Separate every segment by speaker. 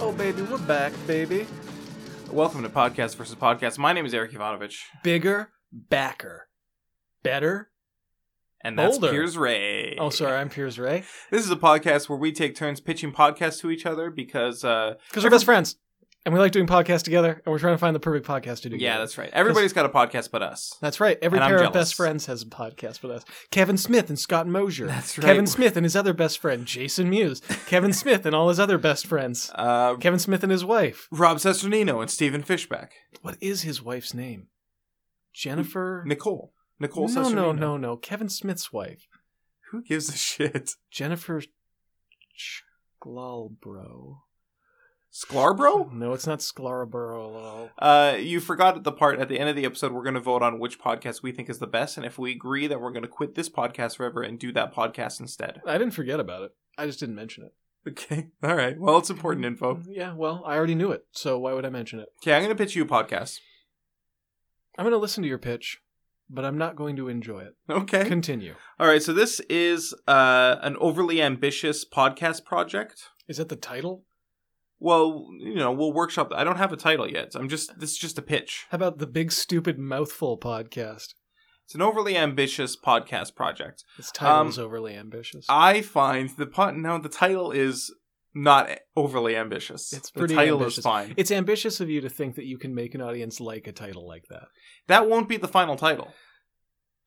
Speaker 1: Oh, baby, we're back, baby.
Speaker 2: Welcome to Podcast versus Podcast. My name is Eric Ivanovich,
Speaker 1: Bigger, backer, better.
Speaker 2: and that's
Speaker 1: Boulder.
Speaker 2: Piers Ray.
Speaker 1: Oh, sorry, I'm Piers Ray.
Speaker 2: This is a podcast where we take turns pitching podcasts to each other because, uh,
Speaker 1: Because we're best friends, and we like doing podcasts together, and we're trying to find the perfect podcast to do.
Speaker 2: yeah,
Speaker 1: together.
Speaker 2: that's right. Everybody's got a podcast but us.
Speaker 1: that's right. Every
Speaker 2: And I'm
Speaker 1: pair of
Speaker 2: jealous.
Speaker 1: best friends has a podcast with us. Kevin Smith and Scott Mosier.
Speaker 2: That's
Speaker 1: Kevin
Speaker 2: right.
Speaker 1: Smith and his other best friend, Jason Mewes. Kevin Smith and all his other best friends.
Speaker 2: Uh,
Speaker 1: Kevin Smith and his wife.
Speaker 2: Rob Sesternino and Stephen Fishback.
Speaker 1: What is his wife's name? Jennifer.
Speaker 2: Nicole. Nicole
Speaker 1: no,
Speaker 2: Sesternino.
Speaker 1: no, no, no. Kevin Smith's wife.
Speaker 2: Who gives a shit?
Speaker 1: Jennifer Sklalbro.
Speaker 2: Sklarbro?
Speaker 1: No, it's not Sklarabro.
Speaker 2: Uh, you forgot the part at the end of the episode. We're going to vote on which podcast we think is the best, and if we agree, then we're going to quit this podcast forever and do that podcast instead.
Speaker 1: I didn't forget about it. I just didn't mention it. Mm,
Speaker 2: Okay. All right. Well, it's important info.
Speaker 1: Yeah, well, I already knew it, so why would I mention it?
Speaker 2: Okay, I'm going to pitch you a podcast.
Speaker 1: I'm going to listen to your pitch, but I'm not going to enjoy it.
Speaker 2: Okay.
Speaker 1: Continue.
Speaker 2: All right. So this is uh, an overly ambitious podcast project.
Speaker 1: Is that the title?
Speaker 2: Well, you know, we'll workshop. I don't have a title yet. I'm just this is just a pitch.
Speaker 1: How about the Big Stupid Mouthful podcast?
Speaker 2: It's an overly ambitious podcast project.
Speaker 1: Its title
Speaker 2: Um,
Speaker 1: is overly ambitious.
Speaker 2: I find the pot. No, the title is not overly ambitious.
Speaker 1: It's
Speaker 2: the
Speaker 1: pretty
Speaker 2: title
Speaker 1: ambitious.
Speaker 2: is fine.
Speaker 1: it's ambitious of you to think that you can make an audience like a title like that.
Speaker 2: That won't be the final title.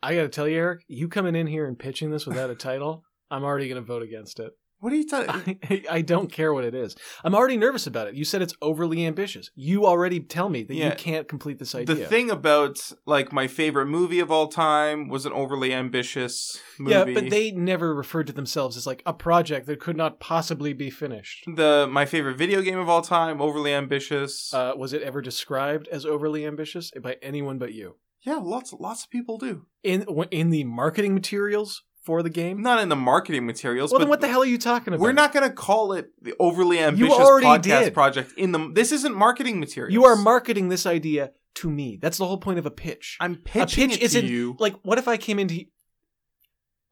Speaker 1: I got to tell you, Eric, you coming in here and pitching this without a title, I'm already going to vote against it.
Speaker 2: What are you talking?
Speaker 1: I, I don't care what it is. I'm already nervous about it. You said it's overly ambitious. You already tell me that
Speaker 2: Yeah.
Speaker 1: you can't complete this idea.
Speaker 2: The thing about like my favorite movie of all time was an overly ambitious movie.
Speaker 1: yeah, but they never referred to themselves as like a project that could not possibly be finished.
Speaker 2: the my favorite video game of all time overly ambitious.
Speaker 1: Uh, was it ever described as overly ambitious by anyone but you?
Speaker 2: Yeah, lots lots of people do.
Speaker 1: In w- in the marketing materials for the game?
Speaker 2: Not in the marketing materials,
Speaker 1: Well,
Speaker 2: but
Speaker 1: then what the hell are you talking about?
Speaker 2: we're not going to call it the overly ambitious
Speaker 1: already
Speaker 2: podcast
Speaker 1: did.
Speaker 2: project. In the this isn't marketing materials.
Speaker 1: You are marketing this idea to me. That's the whole point of a pitch.
Speaker 2: I'm pitching
Speaker 1: a pitch
Speaker 2: it to
Speaker 1: isn't
Speaker 2: you.
Speaker 1: like what if I came into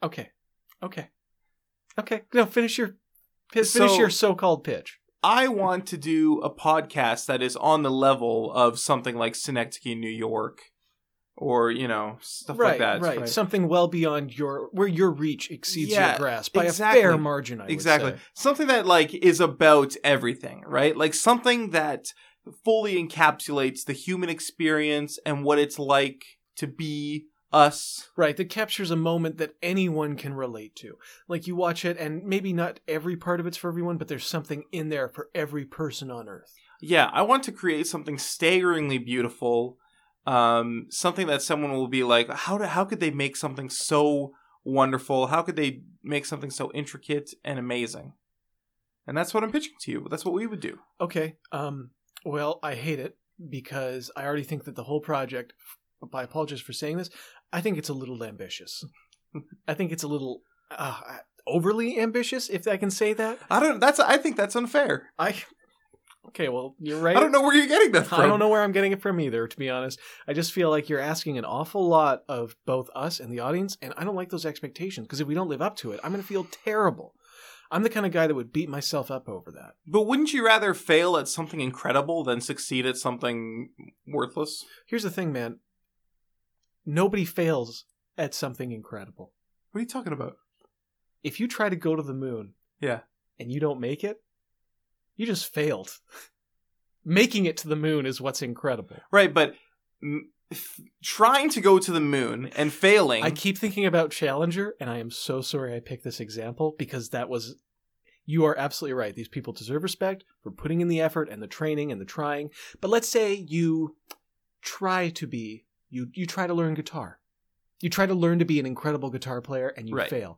Speaker 1: Okay. Okay. Okay. No, finish your pi- finish
Speaker 2: So-
Speaker 1: your so-called pitch.
Speaker 2: I want to do a podcast that is on the level of something like Synecdoche, New York, or you know stuff like that.
Speaker 1: right, Something well beyond your where your reach exceeds
Speaker 2: Yeah,
Speaker 1: your grasp by
Speaker 2: exactly.
Speaker 1: a fair margin, I would
Speaker 2: exactly
Speaker 1: say.
Speaker 2: something that like is about everything right like something that fully encapsulates the human experience and what it's like to be us
Speaker 1: Right, that captures a moment that anyone can relate to. Like you watch it and maybe not every part of it's for everyone, but there's something in there for every person on earth.
Speaker 2: yeah i want to create something staggeringly beautiful um something that someone will be like how do, how could they make something so wonderful how could they make something so intricate and amazing and that's what i'm pitching to you that's what we would do
Speaker 1: Okay. Um. Well, I hate it because I already think that the whole project. I apologize for saying this. I think it's a little ambitious. I think it's a little uh, overly ambitious, if I can say that.
Speaker 2: i don't that's i think that's unfair
Speaker 1: I. Okay. Well, you're right.
Speaker 2: i don't know where you're getting that from
Speaker 1: I don't know where I'm getting it from either, to be honest. I just feel like you're asking an awful lot of both us and the audience, and I don't like those expectations because if we don't live up to it, I'm going to feel terrible. I'm the kind of guy that would beat myself up over that.
Speaker 2: But wouldn't you rather fail at something incredible than succeed at something worthless?
Speaker 1: Here's the thing, man. Nobody fails at something incredible.
Speaker 2: What are you talking about?
Speaker 1: If you try to go to the moon,
Speaker 2: Yeah.
Speaker 1: and you don't make it, you just failed. Making it to the moon is what's incredible.
Speaker 2: Right, but m- f- trying to go to the moon and failing.
Speaker 1: I keep thinking about Challenger, and I am so sorry I picked this example because that was. You are absolutely right. These people deserve respect for putting in the effort and the training and the trying. But let's say you try to be you you try to learn guitar. You try to learn to be an incredible guitar player and you
Speaker 2: Right.
Speaker 1: fail.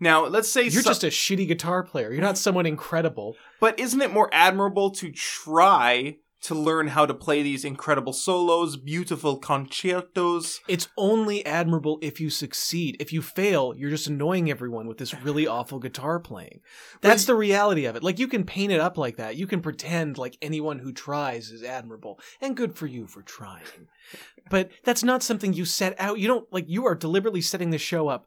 Speaker 2: now, let's say
Speaker 1: You're
Speaker 2: so-
Speaker 1: just a shitty guitar player. You're not someone incredible.
Speaker 2: But isn't it more admirable to try to learn how to play these incredible solos, beautiful concertos?
Speaker 1: It's only admirable if you succeed. If you fail, you're just annoying everyone with this really awful guitar playing. That's the reality of it. Like you can paint it up like that. You can pretend like anyone who tries is admirable and good for you for trying. But that's not something you set out. You don't like you are deliberately setting the show up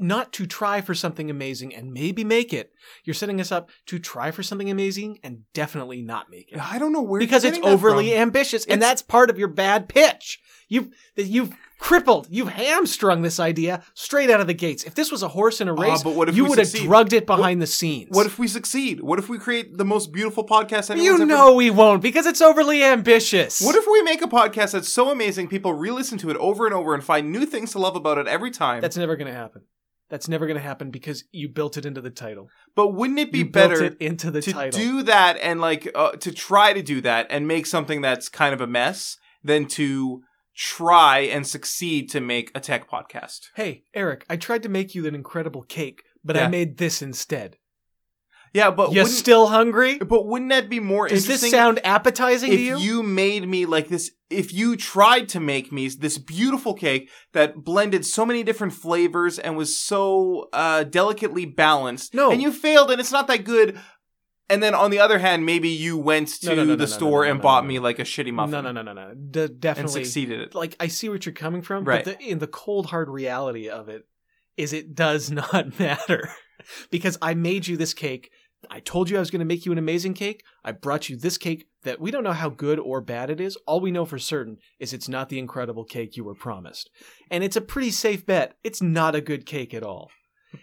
Speaker 1: not to try for something amazing and maybe make it. You're setting us up to try for something amazing and definitely not make it.
Speaker 2: I don't know where
Speaker 1: Because
Speaker 2: you're
Speaker 1: it's
Speaker 2: getting that
Speaker 1: overly
Speaker 2: from.
Speaker 1: ambitious, and
Speaker 2: It's-
Speaker 1: that's part of your bad pitch. You've that you've crippled, you've hamstrung this idea straight out of the gates. If this was a horse in a
Speaker 2: Ah,
Speaker 1: race,
Speaker 2: but what if
Speaker 1: you
Speaker 2: we
Speaker 1: would have
Speaker 2: succeed?
Speaker 1: drugged it behind the scenes.
Speaker 2: What if we succeed? What if we create the most beautiful podcast anyone's
Speaker 1: you
Speaker 2: ever
Speaker 1: know we won't because it's overly ambitious.
Speaker 2: What if we make a podcast that's so amazing people re-listen to it over and over and find new things to love about it every time?
Speaker 1: That's never going to happen. That's never going to happen because you built it into the title.
Speaker 2: but wouldn't it be
Speaker 1: you
Speaker 2: better
Speaker 1: built it into the
Speaker 2: to
Speaker 1: title.
Speaker 2: do that and like uh, to try to do that and make something that's kind of a mess than to try and succeed to make a tech podcast?
Speaker 1: hey, Eric, I tried to make you an incredible cake, but I
Speaker 2: Yeah.
Speaker 1: made this instead.
Speaker 2: Yeah, but
Speaker 1: you
Speaker 2: wouldn't,
Speaker 1: still hungry?
Speaker 2: but wouldn't that be more
Speaker 1: Does this
Speaker 2: interesting?
Speaker 1: sound appetizing
Speaker 2: if
Speaker 1: to you?
Speaker 2: you made me like this if you tried to make me this beautiful cake that blended so many different flavors and was so uh, delicately balanced
Speaker 1: No.
Speaker 2: and you failed and it's not that good and then on the other hand maybe you went to
Speaker 1: No, no, no, no, no,
Speaker 2: the store
Speaker 1: no, no,
Speaker 2: and
Speaker 1: no,
Speaker 2: bought
Speaker 1: no.
Speaker 2: me like a shitty
Speaker 1: No,
Speaker 2: muffin
Speaker 1: no, no, no, no. De-
Speaker 2: and
Speaker 1: definitely.
Speaker 2: succeeded at it
Speaker 1: Like I see what you're coming from,
Speaker 2: Right.
Speaker 1: but the, in the cold hard reality of it is it does not matter because I made you this cake. I told you I was going to make you an amazing cake. I brought you this cake that we don't know how good or bad it is. All we know for certain is it's not the incredible cake you were promised. And it's a pretty safe bet. It's not a good cake at all.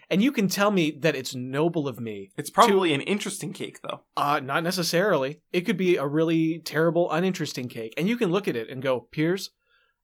Speaker 1: And you can tell me that it's noble of me
Speaker 2: it's probably an interesting cake though
Speaker 1: uh, not necessarily. It could be a really terrible, uninteresting cake. And you can look at it and go, Piers,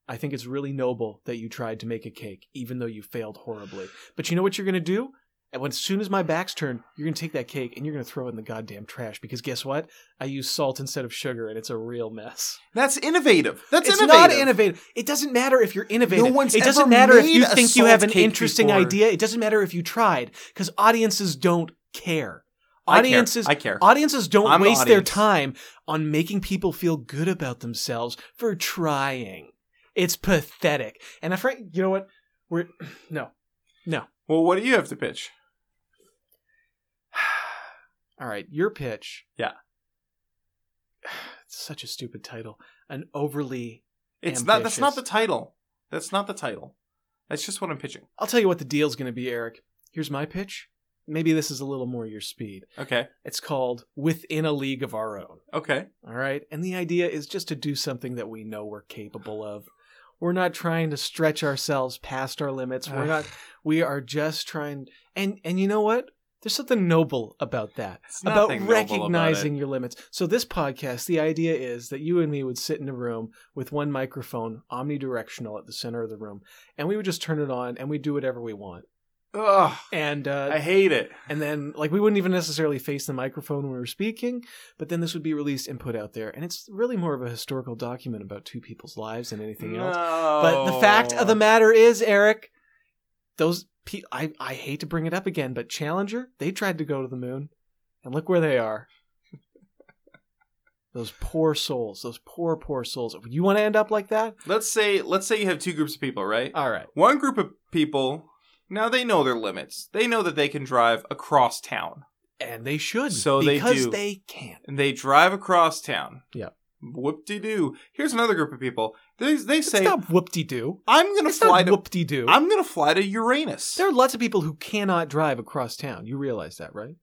Speaker 1: I think it's really noble that you tried to make a cake, even though you failed horribly. But you know what you're going to do? And when, as soon as my back's turned, you're going to take that cake and you're going to throw it in the goddamn trash because guess what? I use salt instead of sugar and it's a real mess.
Speaker 2: that's innovative that's
Speaker 1: it's
Speaker 2: innovative
Speaker 1: not innovative. It doesn't matter if you're innovative.
Speaker 2: No one's
Speaker 1: it doesn't
Speaker 2: ever
Speaker 1: matter if
Speaker 2: made
Speaker 1: you
Speaker 2: a
Speaker 1: think you have
Speaker 2: salt
Speaker 1: an
Speaker 2: cake
Speaker 1: interesting
Speaker 2: before.
Speaker 1: idea. It doesn't matter if you tried because audiences don't care.
Speaker 2: I care.
Speaker 1: Audiences
Speaker 2: i care,
Speaker 1: Audiences don't
Speaker 2: I'm an
Speaker 1: waste their
Speaker 2: audience.
Speaker 1: time on making people feel good about themselves for trying. It's pathetic. And I, Frank, you know what? We're no.
Speaker 2: well what do you have to pitch
Speaker 1: All right, your pitch.
Speaker 2: Yeah.
Speaker 1: It's such a stupid title. An overly.
Speaker 2: it's not that's not
Speaker 1: Ambitious.
Speaker 2: the title that's not the title that's just what i'm pitching
Speaker 1: I'll tell you what the deal's going to be, Eric. Here's my pitch. Maybe this is a little more your speed.
Speaker 2: okay
Speaker 1: It's called Within a League of Our Own.
Speaker 2: okay
Speaker 1: All right. And the idea is just to do something that we know we're capable of. We're not trying to stretch ourselves past our limits. We're
Speaker 2: Ugh.
Speaker 1: not we are just trying and and you know what? There's something noble about that.
Speaker 2: It's
Speaker 1: About
Speaker 2: nothing noble about
Speaker 1: recognizing
Speaker 2: it.
Speaker 1: your limits. So this podcast, the idea is that you and me would sit in a room with one microphone, omnidirectional at the center of the room, and we would just turn it on and we'd do whatever we want.
Speaker 2: Ugh,
Speaker 1: And uh,
Speaker 2: I hate it.
Speaker 1: and then like we wouldn't even necessarily face the microphone when we were speaking but then this would be released and put out there and it's really more of a historical document about two people's lives than anything else but the fact of the matter is eric those pe- I, I hate to bring it up again but challenger they tried to go to the moon and look where they are those poor souls those poor poor souls you want to end up like that
Speaker 2: let's say let's say you have two groups of people, right?
Speaker 1: all right
Speaker 2: One group of people now they know their limits. They know that they can drive across town,
Speaker 1: and they should
Speaker 2: So they
Speaker 1: because
Speaker 2: do.
Speaker 1: they can
Speaker 2: and they drive across town.
Speaker 1: Yeah.
Speaker 2: Whoop de doo. Here's another group of people. They they
Speaker 1: it's
Speaker 2: say
Speaker 1: not whoop-de-doo
Speaker 2: I'm gonna
Speaker 1: it's
Speaker 2: fly
Speaker 1: not
Speaker 2: to
Speaker 1: whoop-de-doo
Speaker 2: I'm gonna fly to Uranus.
Speaker 1: There are lots of people who cannot drive across town. You realize that, right?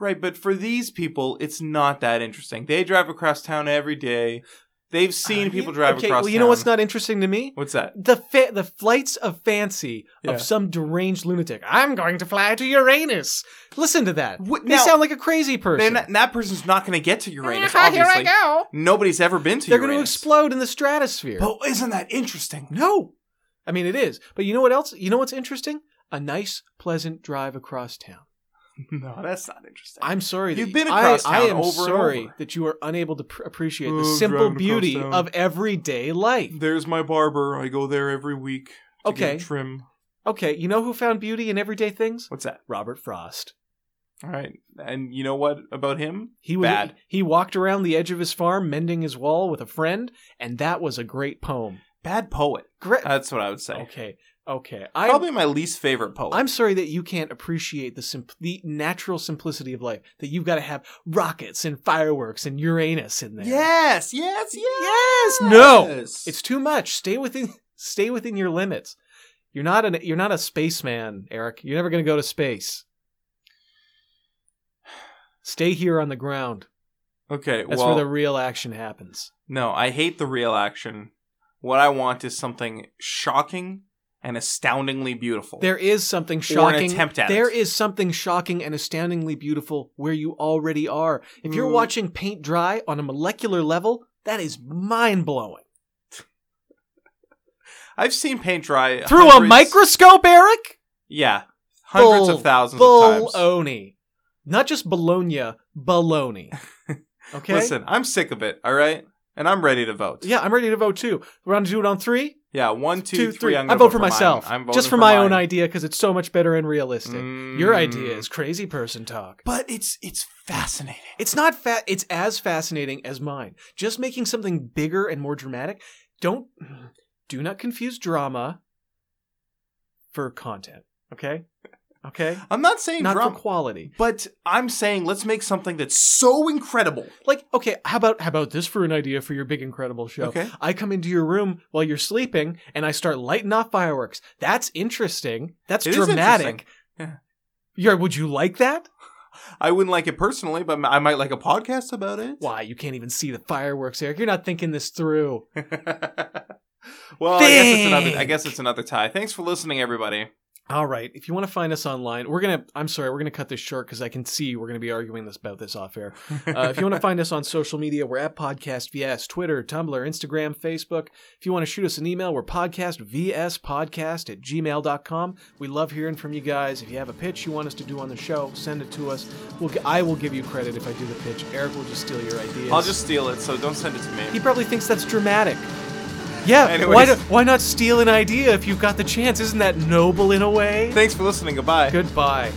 Speaker 2: right, but for these people, it's not that interesting. They drive across town every day. They've seen
Speaker 1: Uh,
Speaker 2: people
Speaker 1: you-
Speaker 2: drive
Speaker 1: okay,
Speaker 2: across.
Speaker 1: Well, you know what's
Speaker 2: town.
Speaker 1: not interesting to me?
Speaker 2: What's that?
Speaker 1: The fa- the flights of fancy
Speaker 2: Yeah.
Speaker 1: of some deranged lunatic. I'm going to fly to Uranus. Listen to that.
Speaker 2: What-
Speaker 1: they
Speaker 2: now-
Speaker 1: sound like a crazy
Speaker 2: They're
Speaker 1: person.
Speaker 2: not- that person's not going to get to Uranus.
Speaker 1: Ah, Here I
Speaker 2: Obviously,
Speaker 1: go.
Speaker 2: nobody's ever been to.
Speaker 1: They're going to
Speaker 2: Uranus.
Speaker 1: explode in the stratosphere.
Speaker 2: But isn't that interesting?
Speaker 1: no, I mean it is. But you know what else? You know what's interesting? A nice, pleasant drive across town.
Speaker 2: No, that's not interesting.
Speaker 1: I'm sorry.
Speaker 2: You've
Speaker 1: that
Speaker 2: been
Speaker 1: I-
Speaker 2: across
Speaker 1: I,
Speaker 2: town
Speaker 1: am
Speaker 2: over and
Speaker 1: sorry
Speaker 2: over.
Speaker 1: that you are unable to pr- appreciate the
Speaker 2: Oh,
Speaker 1: simple
Speaker 2: driving across
Speaker 1: beauty
Speaker 2: town.
Speaker 1: of everyday life.
Speaker 2: There's my barber. I go there every week. To
Speaker 1: Okay.
Speaker 2: Get a trim.
Speaker 1: Okay, you know who found beauty in everyday things?
Speaker 2: What's that?
Speaker 1: Robert Frost.
Speaker 2: All right. And you know what about him?
Speaker 1: He was
Speaker 2: Bad.
Speaker 1: he walked around the edge of his farm mending his wall with a friend, and that was a great poem.
Speaker 2: Bad poet.
Speaker 1: Great.
Speaker 2: That's what I would say.
Speaker 1: okay, okay. I'm
Speaker 2: Probably my least favorite poet.
Speaker 1: I'm sorry that you can't appreciate the simp- the natural simplicity of life. That you've got to have rockets and fireworks and Uranus in there.
Speaker 2: Yes, yes, yes,
Speaker 1: Yes. No. It's too much. Stay within stay within your limits. You're not an you're not a spaceman, Eric. You're never going to go to space. Stay here on the ground.
Speaker 2: Okay,
Speaker 1: That's
Speaker 2: well,
Speaker 1: where the real action happens.
Speaker 2: no, I hate the real action. What I want is something shocking and astoundingly beautiful.
Speaker 1: There is something shocking.
Speaker 2: attempt at
Speaker 1: There
Speaker 2: it.
Speaker 1: is something shocking and astoundingly beautiful where you already are. If you're
Speaker 2: Mm.
Speaker 1: watching paint dry on a molecular level, that is mind blowing.
Speaker 2: I've seen paint dry
Speaker 1: Through a
Speaker 2: hundreds-
Speaker 1: microscope, Eric?
Speaker 2: Yeah, hundreds
Speaker 1: Bull-
Speaker 2: of thousands of times.
Speaker 1: Baloney. Not just bologna, baloney. Okay?
Speaker 2: Listen, I'm sick of it. All right, and I'm ready to vote.
Speaker 1: Yeah, I'm ready to vote too. We're on to do it on three,
Speaker 2: yeah. One, two,
Speaker 1: two, three.
Speaker 2: I'm
Speaker 1: I
Speaker 2: gonna
Speaker 1: vote for
Speaker 2: mine.
Speaker 1: myself.
Speaker 2: I'm voting
Speaker 1: just for, my own
Speaker 2: mine.
Speaker 1: idea because it's so much better and realistic. Your idea
Speaker 2: Mm.
Speaker 1: is crazy person talk.
Speaker 2: but it's it's fascinating.
Speaker 1: It's not fat. It's as fascinating as mine. Just making something bigger and more dramatic. Don't do not confuse drama for content. Okay, okay.
Speaker 2: I'm not saying
Speaker 1: Not
Speaker 2: drama,
Speaker 1: for quality.
Speaker 2: but I'm saying let's make something that's so incredible.
Speaker 1: Like, okay, how about how about this for an idea for your big incredible show?
Speaker 2: Okay.
Speaker 1: I come into your room while you're sleeping and I start lighting off fireworks. That's interesting. That's
Speaker 2: It is
Speaker 1: dramatic.
Speaker 2: Yeah.
Speaker 1: Yeah, would you like that?
Speaker 2: I wouldn't like it personally, but I might like a podcast about it.
Speaker 1: Why, you can't even see the fireworks, Eric. You're not thinking this through.
Speaker 2: well, I guess it's another. I
Speaker 1: Think.
Speaker 2: guess it's another tie. Thanks for listening, everybody.
Speaker 1: All right. If you want to find us online, we're gonna. I'm sorry, we're gonna cut this short because I can see we're gonna be arguing this about this off air. Uh, if you want to find us on social media, we're at Podcast VS, Twitter, Tumblr, Instagram, Facebook. If you want to shoot us an email, we're Podcast VS Podcast at gmail.com. We love hearing from you guys. If you have a pitch you want us to do on the show, send it to us. We'll, g- I will give you credit if I do the pitch. Eric will just steal your ideas.
Speaker 2: I'll just steal it, so don't send it to me.
Speaker 1: He probably thinks that's dramatic. Yeah, why, do,
Speaker 2: Anyways.
Speaker 1: why not steal an idea if you've got the chance? Isn't that noble in a way?
Speaker 2: Thanks for listening. Goodbye.
Speaker 1: Goodbye.